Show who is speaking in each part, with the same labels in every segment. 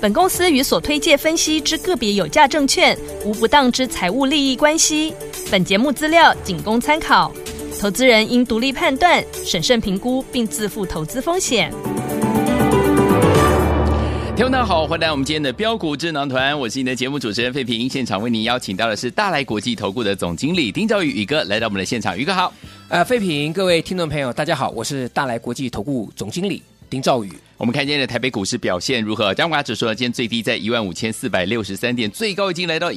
Speaker 1: 本公司与所推介分析之个别有价证券无不当之财务利益关系。本节目资料仅供参考，投资人应独立判断、审慎评估并自负投资风险。
Speaker 2: 听众大家好，欢迎来到我们今天的标股智囊团，我是你的节目主持人费平。现场为您邀请到的是大来国际投顾的总经理丁兆宇宇哥来到我们的现场，宇哥好。
Speaker 3: 呃，费平，各位听众朋友，大家好，我是大来国际投顾总经理丁兆宇。
Speaker 2: 我们看今天的台北股市表现如何？加权指数呢，今天最低在15,463点，最高已经来到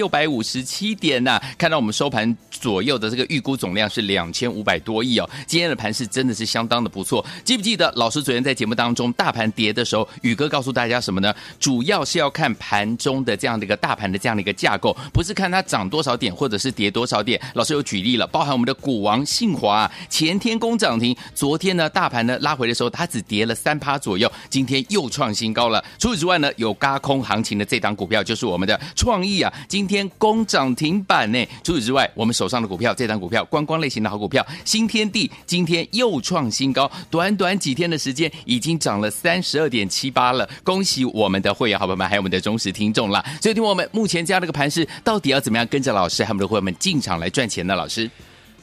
Speaker 2: 15,657点呐、看到我们收盘左右的这个预估总量是2,500多亿哦。今天的盘是真的是相当的不错。记不记得老师昨天在节目当中，大盘跌的时候，宇哥告诉大家什么呢？主要是要看盘中的这样的一个大盘的这样的一个架构，不是看它涨多少点或者是跌多少点。老师有举例了，包含我们的股王信华、啊、前天攻涨停，昨天呢大盘呢拉回的时候，它只跌了三趴。左右，今天又创新高了。除此之外呢，有嘎空行情的这档股票就是我们的创意啊，今天攻涨停板呢。除此之外，我们手上的股票，这档股票观光类型的好股票新天地，今天又创新高，短短几天的时间已经涨了三十二点七八了。恭喜我们的会员好朋友们，还有我们的忠实听众啦。所以，听我们目前这样的一个盘势，到底要怎么样跟着老师还有我们的会员们进场来赚钱呢？老师？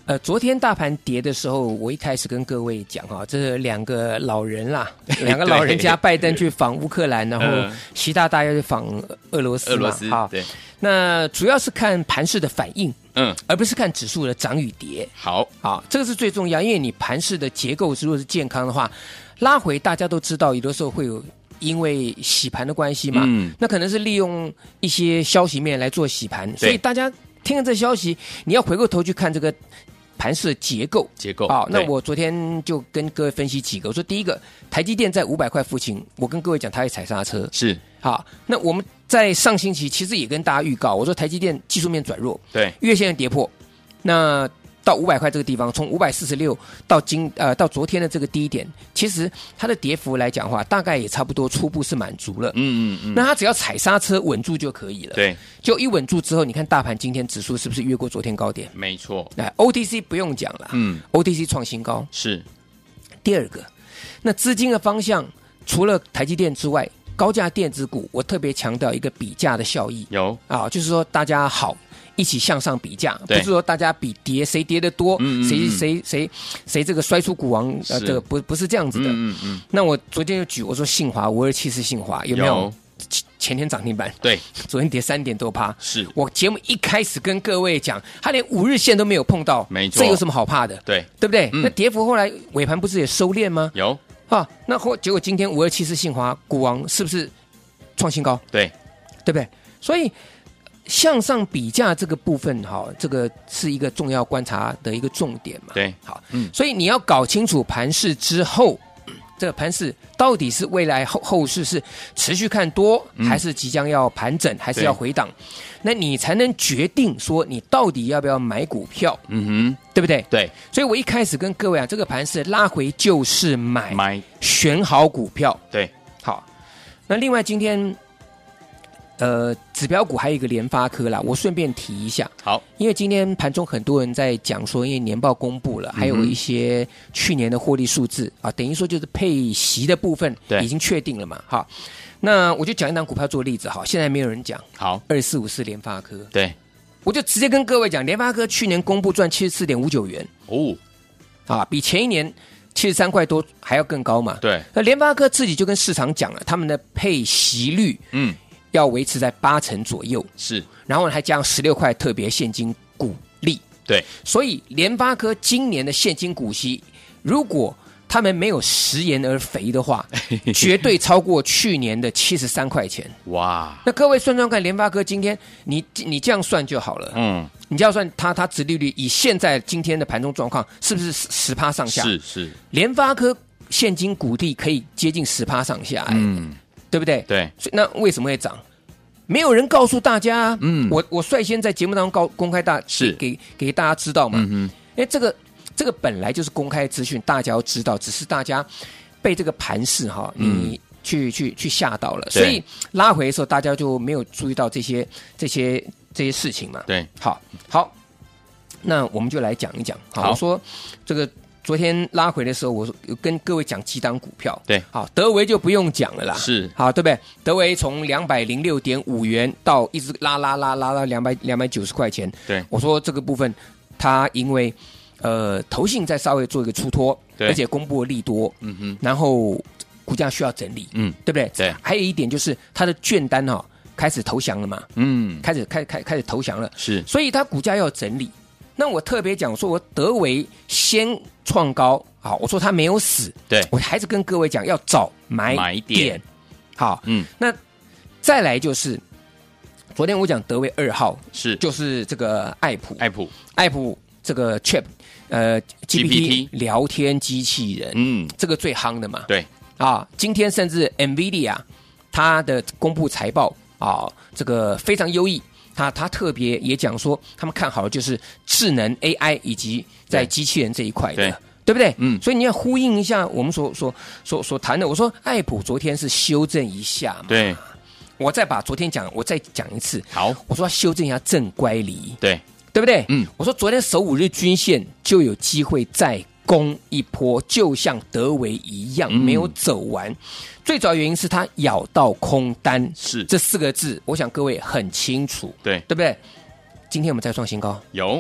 Speaker 3: 呃，昨天大盘跌的时候，我一开始跟各位讲哈、这两个老 人啦，两个老人家，拜登去访乌克兰，然后
Speaker 2: 嗯
Speaker 3: 习大大要去访俄罗斯
Speaker 2: 俄罗
Speaker 3: 嘛
Speaker 2: 斯，
Speaker 3: 好
Speaker 2: 对，
Speaker 3: 那主要是看盘势的反应，
Speaker 2: 嗯，
Speaker 3: 而不是看指数的涨与跌。
Speaker 2: 好，
Speaker 3: 好，啊这个是最重要，因为你盘市的结构如果是健康的话，拉回大家都知道，有的时候会有因为洗盘的关系嘛，
Speaker 2: 嗯
Speaker 3: 那可能是利用一些消息面来做洗盘，所以大家听了这消息，你要回过头去看这个盘市的结构。
Speaker 2: 结构
Speaker 3: 好、那
Speaker 2: 哦对
Speaker 3: 我昨天就跟各位分析几个，我说第一个，台积电在五百块附近，我跟各位讲，它会踩刹车。
Speaker 2: 是
Speaker 3: 好，那我们在上星期其实也跟大家预告，我说台积电技术面转弱，
Speaker 2: 对，
Speaker 3: 月线的跌破，那到五百块这个地方，从五百四十六到今呃到昨天的这个低点，其实它的跌幅来讲话，大概也差不多初步是满足了。
Speaker 2: 嗯嗯嗯，
Speaker 3: 那它只要踩刹车稳住就可以了。，
Speaker 2: 对，
Speaker 3: 就一稳住之后，你看大盘今天指数是不是越过昨天高点？
Speaker 2: 没错，
Speaker 3: 那 OTC 不用讲了，
Speaker 2: 嗯，
Speaker 3: ，OTC 创新高。
Speaker 2: 是
Speaker 3: 第二个，那资金的方向除了台积电之外，高价电子股，我特别强调一个比价的效益。
Speaker 2: 有，
Speaker 3: 啊，就是说大家好，一起向上比价，不
Speaker 2: 对
Speaker 3: 是说大家比跌谁跌得多，
Speaker 2: 嗯嗯
Speaker 3: 谁
Speaker 2: 嗯
Speaker 3: 谁谁谁这个摔出股王，呃，
Speaker 2: 是
Speaker 3: 这个不不是这样子的。
Speaker 2: 嗯嗯嗯，
Speaker 3: 那我昨天就举我说信华五二七是信华有没有？
Speaker 2: 有
Speaker 3: 前前天涨停板，
Speaker 2: 对，
Speaker 3: 昨天跌三点多趴。
Speaker 2: 是
Speaker 3: 我节目一开始跟各位讲，它连五日线都没有碰到，
Speaker 2: 没错
Speaker 3: 这有什么好怕的？
Speaker 2: 对，
Speaker 3: 对不对？
Speaker 2: 嗯
Speaker 3: 那跌幅后来尾盘不是也收敛吗？
Speaker 2: 有，
Speaker 3: 啊，那后结果今天五二七是信华股王，是不是创新高？
Speaker 2: 对，
Speaker 3: 对不对？所以向上比价这个部分，哈，这个是一个重要观察的一个重点嘛。，
Speaker 2: 对，
Speaker 3: 好，
Speaker 2: 嗯
Speaker 3: 所以你要搞清楚盘势之后，嗯这个盘势到底是未来后后市是持续看多，还是即将要盘整，还是
Speaker 2: 嗯对
Speaker 3: 要回档？那你才能决定说你到底要不要买股票，
Speaker 2: 嗯哼，
Speaker 3: 对不对？
Speaker 2: 对，
Speaker 3: 所以我一开始跟各位啊，这个盘是拉回就是买，
Speaker 2: 买，
Speaker 3: 选好股票。
Speaker 2: 对，
Speaker 3: 好，那另外今天，呃，指标股还有一个联发科啦，我顺便提一下，
Speaker 2: 好，
Speaker 3: 因为今天盘中很多人在讲说，因为年报公布了，还有一些去年的获利数字、啊，等于说就是配息的部分
Speaker 2: 对
Speaker 3: 已经确定了嘛，哈。那我就讲一档股票做例子，哈，现在没有人讲
Speaker 2: 好，
Speaker 3: 二四五四联发科，
Speaker 2: 对，
Speaker 3: 我就直接跟各位讲，联发科去年公布赚七十四点五九元
Speaker 2: 哦，
Speaker 3: 啊，比前一年七十三块多还要更高嘛，
Speaker 2: 对，
Speaker 3: 那联发科自己就跟市场讲了，他们的配息率
Speaker 2: 嗯，
Speaker 3: 要维持在八成左右，
Speaker 2: 是，
Speaker 3: 然后呢还加上十六块特别现金股利。
Speaker 2: 对，
Speaker 3: 所以联发科今年的现金股息，如果他们没有食言而肥 的话，绝对超过去年的七十三块钱。
Speaker 2: 哇，
Speaker 3: 那各位算算看，联发科今天你你这样算就好了，
Speaker 2: 嗯，
Speaker 3: 你这样算它它殖利率以现在今天的盘中状况是不是十趴上下？
Speaker 2: 是是，
Speaker 3: 联发科现金股利可以接近十趴上下、哎
Speaker 2: 嗯，
Speaker 3: 对不对？
Speaker 2: 对，
Speaker 3: 所以那为什么会涨？没有人告诉大家，
Speaker 2: 嗯
Speaker 3: 嗯，我我率先在节目当中告公开大
Speaker 2: 是
Speaker 3: 给给大家知道嘛，
Speaker 2: 嗯
Speaker 3: 哎，这个这个本来就是公开资讯，大家要知道，只是大家被这个盘势哈，你去、去去吓到了，
Speaker 2: 嗯对
Speaker 3: 所以拉回的时候，大家就没有注意到这些这些这些事情嘛。
Speaker 2: 对，
Speaker 3: 好，好，那我们就来讲一讲。
Speaker 2: 好
Speaker 3: 好，我说这个昨天拉回的时候，我说有跟各位讲几档股票。
Speaker 2: 对
Speaker 3: 好，德维就不用讲了啦。
Speaker 2: 是
Speaker 3: 好，对不对？德维从两百零六点五元到一直拉拉拉拉到两百两百九十块钱。
Speaker 2: 对
Speaker 3: 我说这个部分，它因为呃投信在稍微做一个出脱，
Speaker 2: 对
Speaker 3: 而且公布了利多，
Speaker 2: 嗯哼，
Speaker 3: 然后股价需要整理，
Speaker 2: 嗯
Speaker 3: 对不对？
Speaker 2: 对
Speaker 3: 还有一点就是它的券单哈、开始投降了嘛，
Speaker 2: 嗯，
Speaker 3: 开始开开开始投降了。
Speaker 2: 是
Speaker 3: 所以它股价要整理。那我特别讲说，我德维先创高，好，我说它没有死，
Speaker 2: 对
Speaker 3: 我还是跟各位讲要找买
Speaker 2: 买点
Speaker 3: 点，好，
Speaker 2: 嗯
Speaker 3: 那再来就是昨天我讲德维二号，
Speaker 2: 是
Speaker 3: 就是这个爱普，
Speaker 2: 爱普，
Speaker 3: 爱普这个 Chat，呃
Speaker 2: GPT
Speaker 3: GPT 聊天机器人，
Speaker 2: 嗯，
Speaker 3: 这个最夯的嘛，
Speaker 2: 对，
Speaker 3: 啊，今天甚至 NVIDIA 它的公布财报啊，这个非常优异。它它特别也讲说，他们看好的就是智能 AI 以及在
Speaker 2: 对
Speaker 3: 机器人这一块的，
Speaker 2: 对
Speaker 3: 对不对？
Speaker 2: 嗯
Speaker 3: 所以你要呼应一下我们所所所所谈的。我说爱普昨天是修正一下嘛，
Speaker 2: 对，
Speaker 3: 我再把昨天讲，我再讲一次。
Speaker 2: 好，
Speaker 3: 我说要修正一下正乖离，
Speaker 2: 对，
Speaker 3: 对不对？
Speaker 2: 嗯，
Speaker 3: 我说昨天首五日均线就有机会再攻一波，就像德维一样
Speaker 2: 嗯
Speaker 3: 没有走完。最主要原因是它咬到空单
Speaker 2: 是
Speaker 3: 这四个字，我想各位很清楚，
Speaker 2: 对，
Speaker 3: 对不对？今天我们再创新高，
Speaker 2: 有，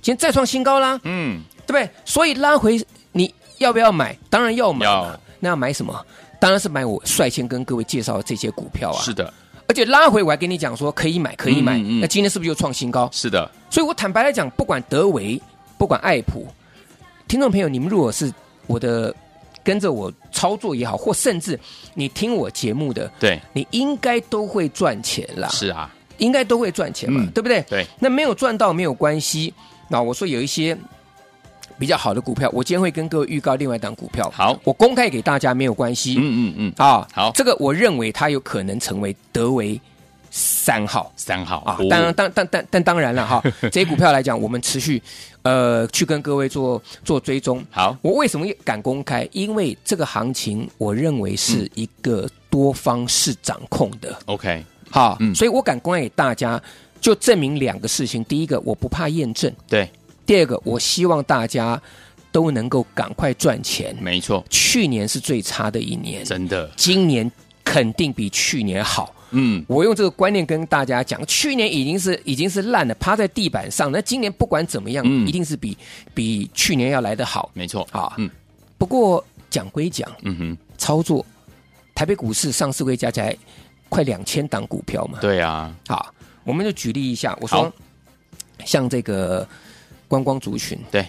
Speaker 3: 今天再创新高啦，
Speaker 2: 嗯，
Speaker 3: 对不对？所以拉回你要不要买？当然要买嘛
Speaker 2: 要
Speaker 3: 那要买什么？当然是买我率先跟各位介绍的这些股票啊。
Speaker 2: 是的，
Speaker 3: 而且拉回我还跟你讲说可以买，可以买。
Speaker 2: 嗯嗯嗯
Speaker 3: 那今天是不是又创新高？
Speaker 2: 是的，
Speaker 3: 所以我坦白来讲，不管德维，不管爱普，听众朋友，你们如果是我的跟着我操作也好，或甚至你听我节目的，
Speaker 2: 对，
Speaker 3: 你应该都会赚钱啦，
Speaker 2: 是啊，
Speaker 3: 应该都会赚钱嘛，
Speaker 2: 嗯
Speaker 3: 对不对？
Speaker 2: 对，
Speaker 3: 那没有赚到没有关系。那我说有一些比较好的股票，我今天会跟各位预告另外一档股票，
Speaker 2: 好
Speaker 3: 我公开给大家没有关系。
Speaker 2: 嗯嗯嗯，
Speaker 3: 啊，
Speaker 2: 好
Speaker 3: 这个我认为它有可能成为德维三号
Speaker 2: 三号
Speaker 3: 啊
Speaker 2: 哦，
Speaker 3: 当然，当当当但当然 了哈，这些股票来讲，我们持续呃去跟各位做做追踪。
Speaker 2: 好，
Speaker 3: 我为什么敢公开？因为这个行情，我认为是
Speaker 2: 嗯
Speaker 3: 一个多方式掌控的，
Speaker 2: ，OK，
Speaker 3: 哈、
Speaker 2: 嗯
Speaker 3: 所以我敢公开给大家，就证明两个事情：第一个，我不怕验证；
Speaker 2: 对，
Speaker 3: 第二个，我希望大家都能够赶快赚钱。
Speaker 2: 没错，
Speaker 3: 去年是最差的一年，
Speaker 2: 真的，
Speaker 3: 今年肯定比去年好。
Speaker 2: 嗯，
Speaker 3: 我用这个观念跟大家讲，去年已经是已经是烂了，趴在地板上。那今年不管怎么样，
Speaker 2: 嗯
Speaker 3: 一定是比比去年要来得好
Speaker 2: 没错，
Speaker 3: 啊。
Speaker 2: 嗯
Speaker 3: 不过讲归讲，
Speaker 2: 嗯哼，
Speaker 3: 操作台北股市上市会加起来快两千档股票嘛。
Speaker 2: 对啊，
Speaker 3: 好，我们就举例一下，我
Speaker 2: 好
Speaker 3: 说像这个观光族群，
Speaker 2: 对，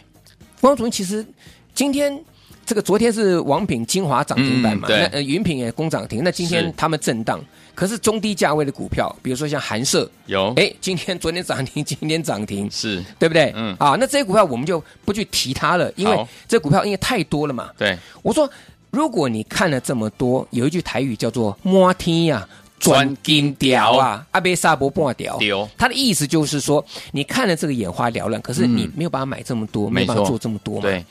Speaker 3: 观光族群其实今天。这个昨天是王品精华涨停板嘛，
Speaker 2: 嗯对
Speaker 3: 那呃云品也攻涨停，那今
Speaker 2: 是
Speaker 3: 天他们震荡，可是中低价位的股票，比如说像韩舍，
Speaker 2: 有，
Speaker 3: 哎，今天昨天涨停，今 天涨停，
Speaker 2: 是，
Speaker 3: 对不对？
Speaker 2: 嗯
Speaker 3: 啊，那这些股票我们就不去提它了，因为
Speaker 2: 好
Speaker 3: 这股票因为太多了嘛。
Speaker 2: 对，
Speaker 3: 我说，如果你看了这么多，有一句台语叫做“摸天呀、转金条啊，阿贝萨博半条”，
Speaker 2: 丢，
Speaker 3: 它的意思就是说，你看了这个眼花缭乱，可是你
Speaker 2: 嗯
Speaker 3: 没有办法买这么多，
Speaker 2: 没
Speaker 3: 没有办法
Speaker 2: 错
Speaker 3: 做这么多嘛。
Speaker 2: 对，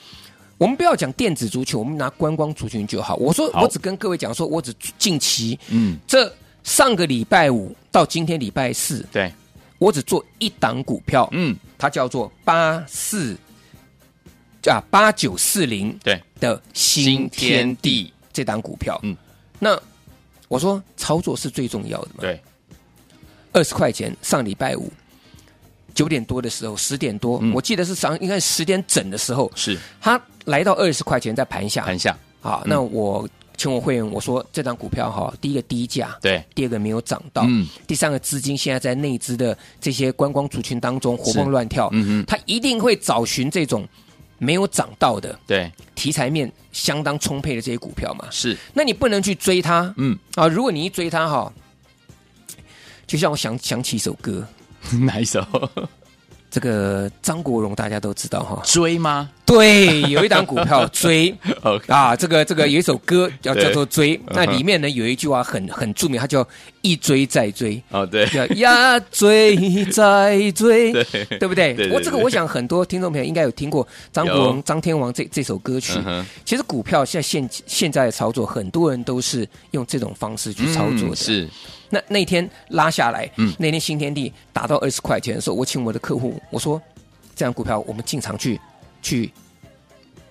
Speaker 3: 我们不要讲电子足球，我们拿观光族群就好。我说，
Speaker 2: 好
Speaker 3: 我只跟各位讲说，我只近期
Speaker 2: 嗯，
Speaker 3: 这上个礼拜五到今天礼拜四，
Speaker 2: 对，
Speaker 3: 我只做一档股票，
Speaker 2: 嗯，
Speaker 3: 它叫做八四啊八九四零
Speaker 2: 对，
Speaker 3: 的新
Speaker 2: 新
Speaker 3: 天
Speaker 2: 天地
Speaker 3: 地这档股票。
Speaker 2: 嗯
Speaker 3: 嗯，那我说操作是最重要的嘛。
Speaker 2: 对，
Speaker 3: 二十块钱，上礼拜五九点多的时候，十点多，
Speaker 2: 嗯
Speaker 3: 我记得是上应该十点整的时候，
Speaker 2: 是，
Speaker 3: 它来到二十块钱在盘下。
Speaker 2: 盘嗯下，
Speaker 3: 啊，那我请我会员我说这档股票哈，第一个低价，
Speaker 2: 对，
Speaker 3: 第二个没有涨到，
Speaker 2: 嗯
Speaker 3: 第三个资金现在在内资的这些观光族群当中活蹦乱跳，
Speaker 2: 嗯哼，
Speaker 3: 它一定会找寻这种没有涨到的
Speaker 2: 对，
Speaker 3: 题材面相当充沛的这些股票嘛。
Speaker 2: 是，
Speaker 3: 那你不能去追它
Speaker 2: 嗯，
Speaker 3: 啊！如果你一追它哈，就像我想想起一首歌，
Speaker 2: 哪一首？
Speaker 3: 这个张国荣大家都知道哈，
Speaker 2: 追吗？
Speaker 3: 对，有一档股票 追
Speaker 2: OK
Speaker 3: 啊，这个这个有一首歌叫
Speaker 2: 对
Speaker 3: 叫做追，那
Speaker 2: 嗯哼
Speaker 3: 里面呢有一句话很很著名，它叫一追再追。
Speaker 2: 哦， 对，
Speaker 3: 叫呀追再追，
Speaker 2: 对
Speaker 3: 对不对
Speaker 2: 对对？
Speaker 3: 我这个
Speaker 2: 对
Speaker 3: 我想很多听众朋友应该有听过张国
Speaker 2: 有
Speaker 3: 荣、张天王这这首歌曲
Speaker 2: 嗯哼。
Speaker 3: 其实股票现在现现在的操作，很多人都是用这种方式去操作
Speaker 2: 嗯
Speaker 3: 的。
Speaker 2: 是
Speaker 3: 那那天拉下来，
Speaker 2: 嗯
Speaker 3: 那天新天地达到二十块钱的时候，我请我的客户，我说这样股票我们进场去去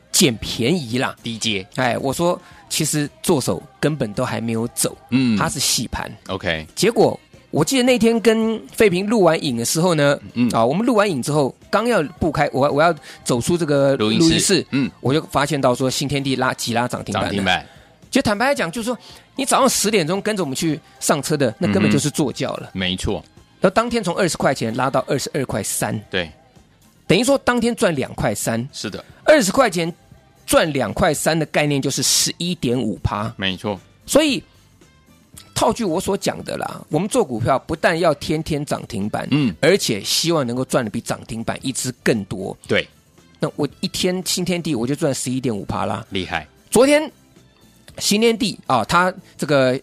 Speaker 3: 捡便宜啦。
Speaker 2: 低阶，
Speaker 3: 哎，我说其实做手根本都还没有走，
Speaker 2: 嗯
Speaker 3: 它是洗盘。
Speaker 2: OK，
Speaker 3: 结果我记得那天跟费平录完影的时候呢，
Speaker 2: 嗯
Speaker 3: 啊，我们录完影之后刚要不开，我我要走出这个
Speaker 2: 录
Speaker 3: 录
Speaker 2: 音室
Speaker 3: 音室，
Speaker 2: 嗯
Speaker 3: 嗯，我就发现到说新天地拉急拉涨停板
Speaker 2: 涨
Speaker 3: 了，
Speaker 2: 停板，
Speaker 3: 就坦白来讲，就是说你早上十点钟跟着我们去上车的，那
Speaker 2: 嗯
Speaker 3: 根
Speaker 2: 哼
Speaker 3: 本就是坐轿了。
Speaker 2: 没错，
Speaker 3: 然后当天从二十块钱拉到二十二块三，
Speaker 2: 对，
Speaker 3: 等于说当天赚两块三，
Speaker 2: 是的，
Speaker 3: 二十块钱赚两块三的概念就是十一点五趴。
Speaker 2: 没错，
Speaker 3: 所以套句我所讲的啦，我们做股票不但要天天涨停板，
Speaker 2: 嗯
Speaker 3: 而且希望能够赚的比涨停板一只更多。
Speaker 2: 对，
Speaker 3: 那我一天新天地我就赚十一点五趴啦，
Speaker 2: 厉害，
Speaker 3: 昨天新天地啊，它这个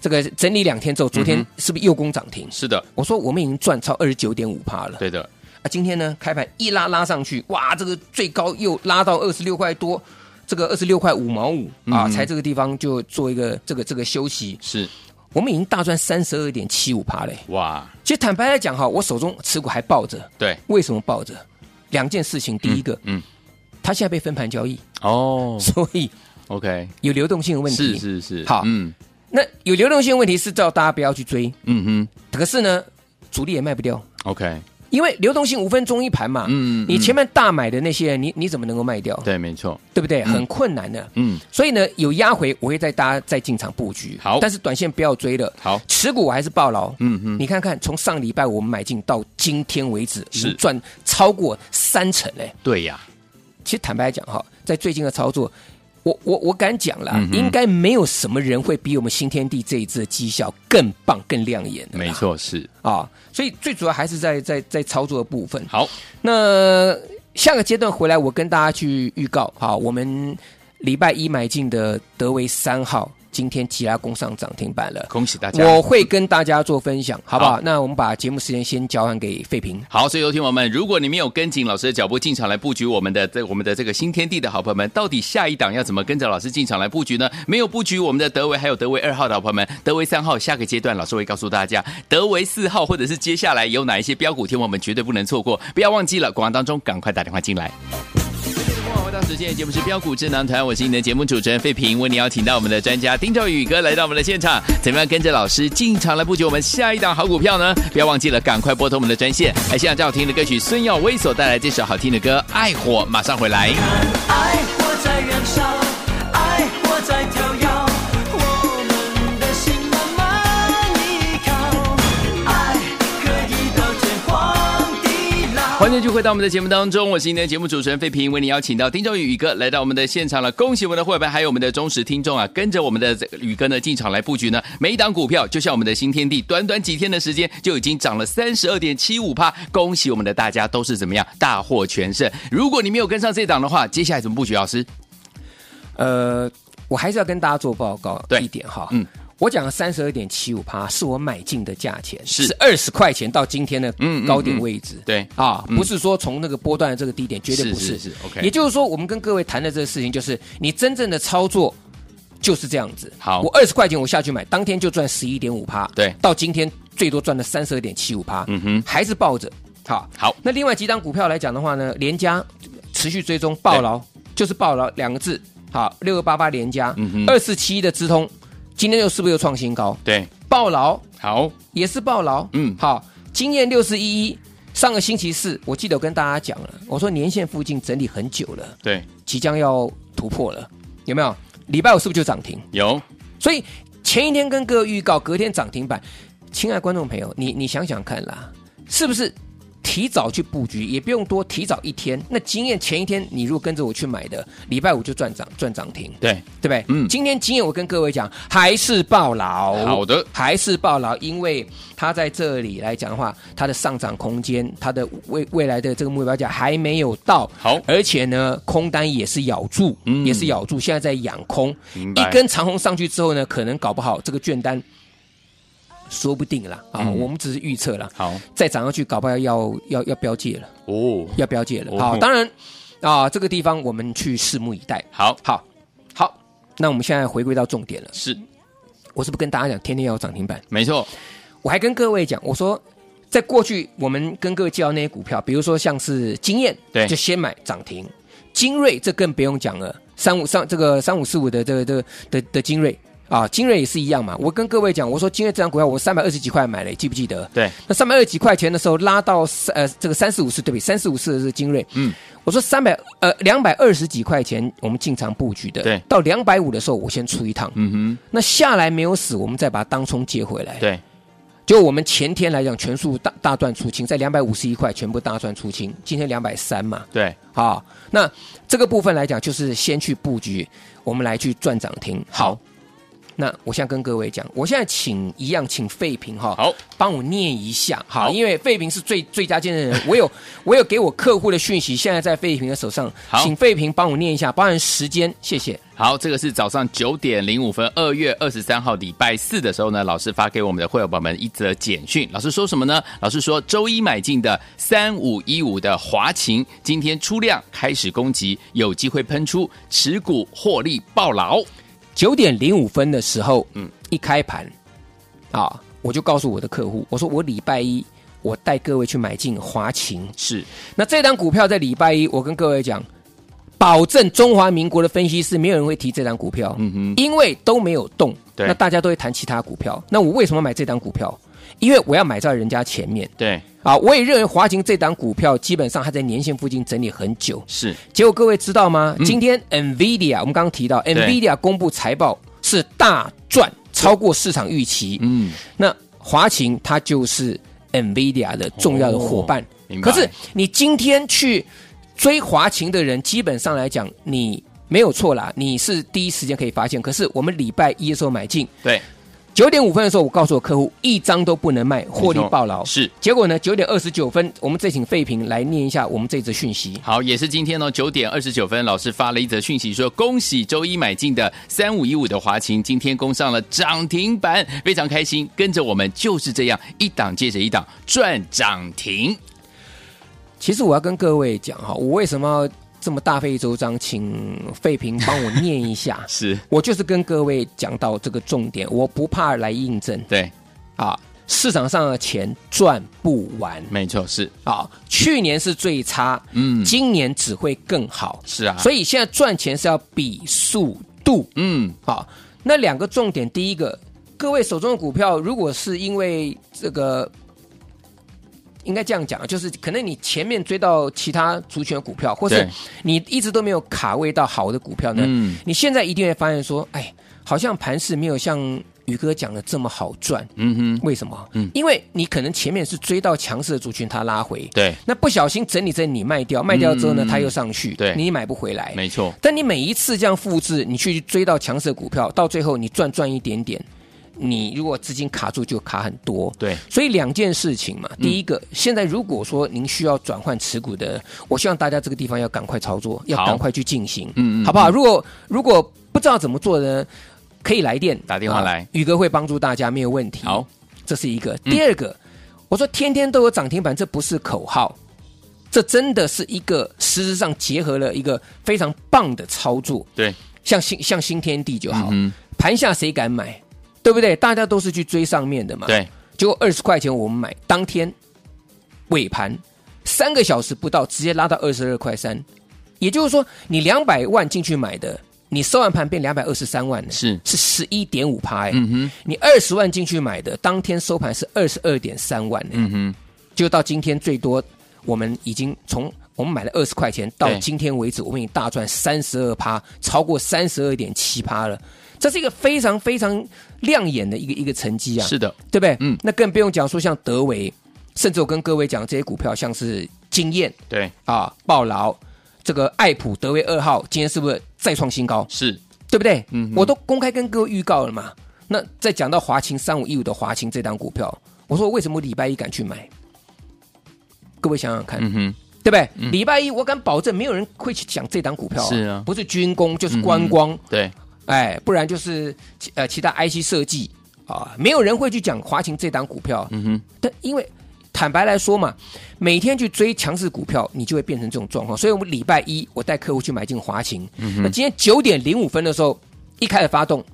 Speaker 3: 这个整理两天之后，昨
Speaker 2: 嗯
Speaker 3: 天是不是又攻涨停？
Speaker 2: 是的，
Speaker 3: 我说我们已经赚超二十九点五趴了。
Speaker 2: 对的，
Speaker 3: 啊，今天呢开盘一拉拉上去，哇，这个最高又拉到二十六块多，这个二十六块五毛五啊，
Speaker 2: 嗯
Speaker 3: 才这个地方就做一个这个这个休息。
Speaker 2: 是
Speaker 3: 我们已经大赚三十二点七五趴嘞。
Speaker 2: 哇，
Speaker 3: 其实坦白来讲哈，我手中持股还抱着，
Speaker 2: 对，
Speaker 3: 为什么抱着？两件事情，第一个，
Speaker 2: 嗯，
Speaker 3: 它现在被分盘交易，
Speaker 2: 哦
Speaker 3: 所以
Speaker 2: ，OK，
Speaker 3: 有流动性的问题。
Speaker 2: 是是是，
Speaker 3: 好
Speaker 2: 嗯
Speaker 3: 那有流动性问题是叫大家不要去追，
Speaker 2: 嗯
Speaker 3: 可是呢，主力也卖不掉，
Speaker 2: 哼，OK，
Speaker 3: 因为流动性五分钟一盘嘛。
Speaker 2: 嗯嗯
Speaker 3: 你前面大买的那些，你你怎么能够卖掉？
Speaker 2: 对，没错，
Speaker 3: 对不对？很困难的。
Speaker 2: 嗯，
Speaker 3: 所以呢，有压回，我会带大家再进场布局。
Speaker 2: 好
Speaker 3: 但是短线不要追了。
Speaker 2: 好
Speaker 3: 持股我还是抱牢。
Speaker 2: 嗯嗯
Speaker 3: 你看看，从上礼拜我们买进到今天为止，
Speaker 2: 是
Speaker 3: 已经赚超过三成嘞。
Speaker 2: 对呀，
Speaker 3: 其实坦白讲哈，在最近的操作，我我我敢讲啦，
Speaker 2: 嗯哼
Speaker 3: 应该没有什么人会比我们新天地这一次的绩效更棒、更亮眼的啦
Speaker 2: 没错，是
Speaker 3: 啊。所以最主要还是在在在操作的部分。
Speaker 2: 好，
Speaker 3: 那下个阶段回来，我跟大家去预告哈，我们礼拜一买进的德维三号，今天吉拉攻上涨停板了。
Speaker 2: 恭喜大家，
Speaker 3: 我会跟大家做分享，好不好？
Speaker 2: 好
Speaker 3: 那我们把节目时间先交还给费平。
Speaker 2: 好，所以有听友们，如果你没有跟紧老师的脚步进场来布局我们的这我们的这个新天地的好朋友们，到底下一档要怎么跟着老师进场来布局呢？没有布局我们的德维还有德维二号的好朋友们，德维三号下个阶段老师会告诉大家，德维四号或者是接下来有哪一些标股天王们绝对不能错过，不要忘记了，广告当中赶快打电话进来。回到时间，节目是标股智囊团，我是你的节目主持人费平，为你邀请到我们的专家丁兆宇哥来到我们的现场，怎么样跟着老师进场来布局我们下一档好股票呢？不要忘记了，赶快拨通我们的专线。还现在最好听的歌曲孙耀威所带来这首好听的歌《爱火》，马上回来。
Speaker 4: 爱我在燃烧，爱我在跳跃，我们的心慢慢依靠，爱可以到天荒地老。
Speaker 2: 欢迎继续回到我们的节目当中，我是今天的节目主持人费平，为您邀请到丁兆宇宇哥来到我们的现场了。恭喜我们的会员，还有我们的忠实听众啊，跟着我们的这个宇哥呢进场来布局呢。每一档股票，就像我们的新天地，短短几天的时间就已经涨了三十二点七五趴。恭喜我们的大家都是怎么样大获全胜。如果你没有跟上这档的话，接下来怎么布局？老师，
Speaker 3: 呃，我还是要跟大家做报告
Speaker 2: 对
Speaker 3: 一点哈。
Speaker 2: 嗯
Speaker 3: 嗯，我讲的三十二点七五趴是我买进的价钱，
Speaker 2: 是
Speaker 3: 二十块钱到今天的
Speaker 2: 嗯嗯
Speaker 3: 高点位置。
Speaker 2: 对
Speaker 3: 啊，
Speaker 2: 嗯
Speaker 3: 不是说从那个波段的这个低点，绝对不
Speaker 2: 是是
Speaker 3: 是。
Speaker 2: 是，OK
Speaker 3: 也就是说，我们跟各位谈的这个事情，就是你真正的操作。就是这样子，
Speaker 2: 好
Speaker 3: 我二十块钱我下去买，当天就赚十一点五趴，
Speaker 2: 对
Speaker 3: 到今天最多赚了三十二点七五趴，
Speaker 2: 嗯哼
Speaker 3: 还是抱着，好，
Speaker 2: 好
Speaker 3: 那另外几档股票来讲的话呢，联家持续追踪抱牢，就是抱牢两个字。好，六个八八联家
Speaker 2: 嗯哼，
Speaker 3: 二四七一的资通，今天又是不是又创新高？
Speaker 2: 对，
Speaker 3: 抱牢
Speaker 2: 好，
Speaker 3: 也是抱牢，
Speaker 2: 嗯
Speaker 3: 好，经验六四一一，上个星期四我记得我跟大家讲了，我说年线附近整理很久了，
Speaker 2: 对，
Speaker 3: 即将要突破了，有没有？礼拜五是不是就涨停？
Speaker 2: 有，
Speaker 3: 所以前一天跟各位预告，隔天涨停板。亲爱的观众朋友，你你想想看啦，是不是提早去布局，也不用多，提早一天。那经验前一天，你如果跟着我去买的，礼拜五就赚涨赚涨停，
Speaker 2: 对，
Speaker 3: 对不对？
Speaker 2: 嗯
Speaker 3: 今天经验我跟各位讲，还是暴牢，
Speaker 2: 好的
Speaker 3: 还是暴牢，因为它在这里来讲的话，它的上涨空间，它的未未来的这个目标价还没有到，
Speaker 2: 好
Speaker 3: 而且呢，空单也是咬住，
Speaker 2: 嗯
Speaker 3: 也是咬住，现在在养空，
Speaker 2: 明白
Speaker 3: 一根长虹上去之后呢，可能搞不好这个券单。说不定啦，啊，
Speaker 2: 嗯
Speaker 3: 我们只是预测啦。
Speaker 2: 好
Speaker 3: 再涨上去，搞不好要要要标界了，
Speaker 2: 哦，
Speaker 3: 要标界了。
Speaker 2: 哦
Speaker 3: 好，当然啊，这个地方我们去拭目以待。
Speaker 2: 好
Speaker 3: 好，好，那我们现在回归到重点了。
Speaker 2: 是
Speaker 3: 我是不是跟大家讲，天天要有涨停板？
Speaker 2: 没错，
Speaker 3: 我还跟各位讲，我说在过去我们跟各位介绍那些股票，比如说像是经验，
Speaker 2: 对
Speaker 3: 就先买涨停；精锐这更不用讲了，三五上这个三五四五的这个这个的的精锐啊，精锐也是一样嘛。我跟各位讲，我说精锐这张股票我三百二十几块买了，记不记得？
Speaker 2: 对，
Speaker 3: 那三百二十几块钱的时候拉到三呃这个三四五四对比三四五四是精锐，
Speaker 2: 嗯，
Speaker 3: 我说三百呃两百二十几块钱我们进场布局的，
Speaker 2: 对
Speaker 3: 到两百五的时候我先出一趟，
Speaker 2: 嗯
Speaker 3: 那下来没有死，我们再把它当冲接回来
Speaker 2: 哼，。对，
Speaker 3: 就我们前天来讲，全数大大赚出清，在两百五十一块全部大赚出清，今天两百三嘛，
Speaker 2: 对，
Speaker 3: 好、那这个部分来讲，就是先去布局，我们来去赚涨停。
Speaker 2: 好，
Speaker 3: 那我现在跟各位讲，我现在请一样，请费平哈，
Speaker 2: 好，
Speaker 3: 帮我念一下，好，
Speaker 2: 好
Speaker 3: 因为费平是最最佳见证人，我有 我有给我客户的讯息，现在在费平的手上
Speaker 2: 好，
Speaker 3: 请费平帮我念一下，包含时间，谢谢。
Speaker 2: 好，这个是早上九点零五分，二月二十三号礼拜四的时候呢，老师发给我们的会员宝宝们一则简讯。老师说什么呢？老师说周一买进的三五一五的华勤，今天出量开始攻击，有机会喷出，持股获利爆牢。
Speaker 3: 九点零五分的时候，
Speaker 2: 嗯
Speaker 3: 嗯，一开盘，啊，我就告诉我的客户，我说我礼拜一我带各位去买进华勤，
Speaker 2: 是
Speaker 3: 那这档股票在礼拜一，我跟各位讲，保证中华民国的分析师没有人会提这档股票，
Speaker 2: 嗯哼
Speaker 3: 因为都没有动，
Speaker 2: 对
Speaker 3: 那大家都会谈其他股票，那我为什么买这档股票？因为我要买在人家前面
Speaker 2: 对，
Speaker 3: 啊！我也认为华勤这档股票基本上它在年线附近整理很久，
Speaker 2: 是
Speaker 3: 结果各位知道吗？
Speaker 2: 嗯
Speaker 3: 今天 NVIDIA 我们刚刚提到，NVIDIA 公布财报是大赚，超过市场预期。
Speaker 2: 嗯，
Speaker 3: 那华勤它就是 NVIDIA 的重要的伙伴。
Speaker 2: 哦明白
Speaker 3: 可是你今天去追华勤的人，基本上来讲，你没有错啦，你是第一时间可以发现。可是我们礼拜一的时候买进，
Speaker 2: 对，
Speaker 3: 九点五分的时候，我告诉我客户一张都不能卖，获利
Speaker 2: 没错
Speaker 3: 爆牢。
Speaker 2: 是。
Speaker 3: 结果呢，九点二十九分，我们再请费平来念一下我们这则讯息。
Speaker 2: 好，也是今天呢九点二十九分，老师发了一则讯息说，恭喜周一买进的三五一五的华勤，今天攻上了涨停板，非常开心。跟着我们就是这样一档接着一档赚涨停。？
Speaker 3: 其实我要跟各位讲哈，我为什么要这么大费周章，请费平帮我念一下
Speaker 2: 是
Speaker 3: 我就是跟各位讲到这个重点，我不怕来印证
Speaker 2: 对，
Speaker 3: 啊，市场上的钱赚不完
Speaker 2: 没错，是
Speaker 3: 啊，去年是最差，
Speaker 2: 嗯
Speaker 3: 今年只会更好，
Speaker 2: 是啊，
Speaker 3: 所
Speaker 2: 以
Speaker 3: 以现在赚钱是要比速度
Speaker 2: 嗯，
Speaker 3: 啊。那两个重点，第一个，各位手中的股票，如果是因为这个，应该这样讲，啊就是可能你前面追到其他族群的股票，或是
Speaker 2: 对
Speaker 3: 你一直都没有卡位到好的股票呢，
Speaker 2: 嗯
Speaker 3: 你现在一定会发现说，哎，好像盘势没有像宇哥讲的这么好赚。
Speaker 2: 嗯哼，
Speaker 3: 为什么？
Speaker 2: 嗯
Speaker 3: 因为你可能前面是追到强势的族群，它拉回，
Speaker 2: 对，
Speaker 3: 那不小心整理整理卖掉，卖掉之后呢，
Speaker 2: 嗯
Speaker 3: 它又上去，
Speaker 2: 对
Speaker 3: 你买不回来，
Speaker 2: 没错，
Speaker 3: 但你每一次这样复制，你去追到强势的股票，到最后你赚赚一点点，你如果资金卡住就卡很多。
Speaker 2: 对，嗯
Speaker 3: 所以两件事情嘛，第一个，现在如果说您需要转换持股的，我希望大家这个地方要赶快操作，要
Speaker 2: 好
Speaker 3: 赶快去进行，
Speaker 2: 嗯嗯
Speaker 3: 好不好？如果如果不知道怎么做呢，可以来电
Speaker 2: 打电话来
Speaker 3: 啊宇哥会帮助大家，没有问题。
Speaker 2: 好，嗯
Speaker 3: 这是一个。第二个，我说天天都有涨停板，这不是口号，这真的是一个实质上结合了一个非常棒的操作，
Speaker 2: 对，
Speaker 3: 像新像新天地就好，
Speaker 2: 嗯
Speaker 3: 盘下谁敢买，对不对？大家都是去追上面的嘛。
Speaker 2: 哼，，对，
Speaker 3: 结果二十块钱我们买，当天尾盘三个小时不到，直接拉到二十二块三，也就是说，你两百万进去买的。你收完盘变两百二十三万呢，
Speaker 2: 是
Speaker 3: 是十一点五趴哎，
Speaker 2: 嗯哼，
Speaker 3: 你二十万进去买的，当天收盘是二十二点三万、呢，
Speaker 2: 嗯哼，
Speaker 3: 就到今天最多，我们已经从我们买了二十块钱到
Speaker 2: 对
Speaker 3: 今天为止，我们已经大赚三十二趴，超过三十二点七趴了。这是一个非常非常亮眼的一个一个成绩啊，
Speaker 2: 是的，
Speaker 3: 对不对？
Speaker 2: 嗯
Speaker 3: 那更不用讲说像德维。甚至我跟各位讲这些股票，像是经验
Speaker 2: 对，
Speaker 3: 啊、暴劳、这个爱普德威二号，今天是不是再创新高？
Speaker 2: 是
Speaker 3: 对不对？
Speaker 2: 嗯哼
Speaker 3: 我都公开跟各位预告了嘛。那再讲到华勤三五一五的华勤这档股票，我说我为什么礼拜一敢去买？各位想想看，
Speaker 2: 嗯哼，
Speaker 3: 对不对？礼拜一我敢保证，没有人会去讲这档股票、
Speaker 2: 是啊
Speaker 3: 不是军工就是观光，
Speaker 2: 对，
Speaker 3: 哎，不然就是其呃其他 IC 设计啊，没有人会去讲华勤这档股票。
Speaker 2: 嗯哼，
Speaker 3: 但因为坦白来说嘛，每天去追强势股票，你就会变成这种状况。所以我们礼拜一我带客户去买进华勤，
Speaker 2: 嗯
Speaker 3: 那今天九点零五分的时候一开始发动，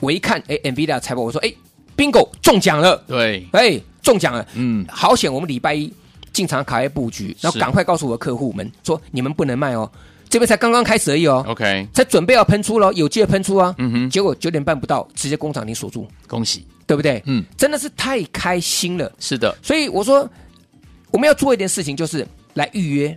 Speaker 3: 我一看，哎，NVIDIA 财报，我说，哎，bingo 中奖了，
Speaker 2: 对，
Speaker 3: 哎，中奖了，
Speaker 2: 嗯，
Speaker 3: 好险！我们礼拜一进场卡位布局，然后
Speaker 2: 是
Speaker 3: 赶快告诉我的客户们说，你们不能卖哦，这边才刚刚开始而已哦。
Speaker 2: OK，
Speaker 3: 才准备要喷出了，有机会喷出啊！
Speaker 2: 嗯哼
Speaker 3: 结果九点半不到，直接工厂停锁住，
Speaker 2: 恭喜，
Speaker 3: 对不对？
Speaker 2: 嗯，
Speaker 3: 真的是太开心了。
Speaker 2: 是的，
Speaker 3: 所以我说，我们要做一件事情，就是来预约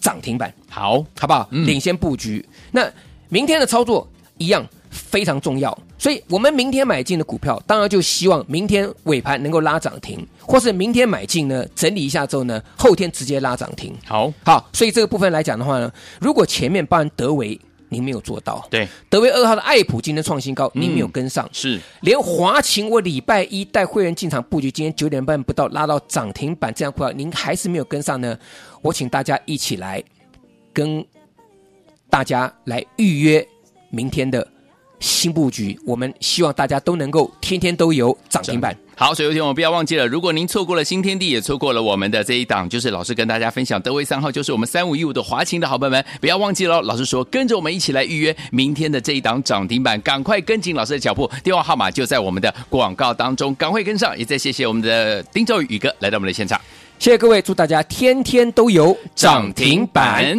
Speaker 3: 涨停板，
Speaker 2: 好，
Speaker 3: 好不好？
Speaker 2: 嗯
Speaker 3: 领先布局。那明天的操作一样非常重要，所以我们明天买进的股票，当然就希望明天尾盘能够拉涨停，或是明天买进呢，整理一下之后呢，后天直接拉涨停。
Speaker 2: 好，
Speaker 3: 好，所以这个部分来讲的话呢，如果前面包含德维您没有做到，
Speaker 2: 对，
Speaker 3: 德维二号的爱普今天创新高，您没有跟上，
Speaker 2: 是
Speaker 3: 连华勤我礼拜一带会员进场布局，今天九点半不到拉到涨停板，这样快，您还是没有跟上呢？我请大家一起来跟大家来预约明天的新布局，我们希望大家都能够天天都有涨停板。
Speaker 2: 好，所以有天我们不要忘记了，如果您错过了新天地，也错过了我们的这一档，就是老师跟大家分享德威三号，就是我们三五一五的华勤的好朋友们，不要忘记了。老师说，跟着我们一起来预约明天的这一档涨停板，赶快跟紧老师的脚步，电话号码就在我们的广告当中，赶快跟上。也再谢谢我们的丁兆宇宇哥来到我们的现场，
Speaker 3: 谢谢各位，祝大家天天都有涨停板。。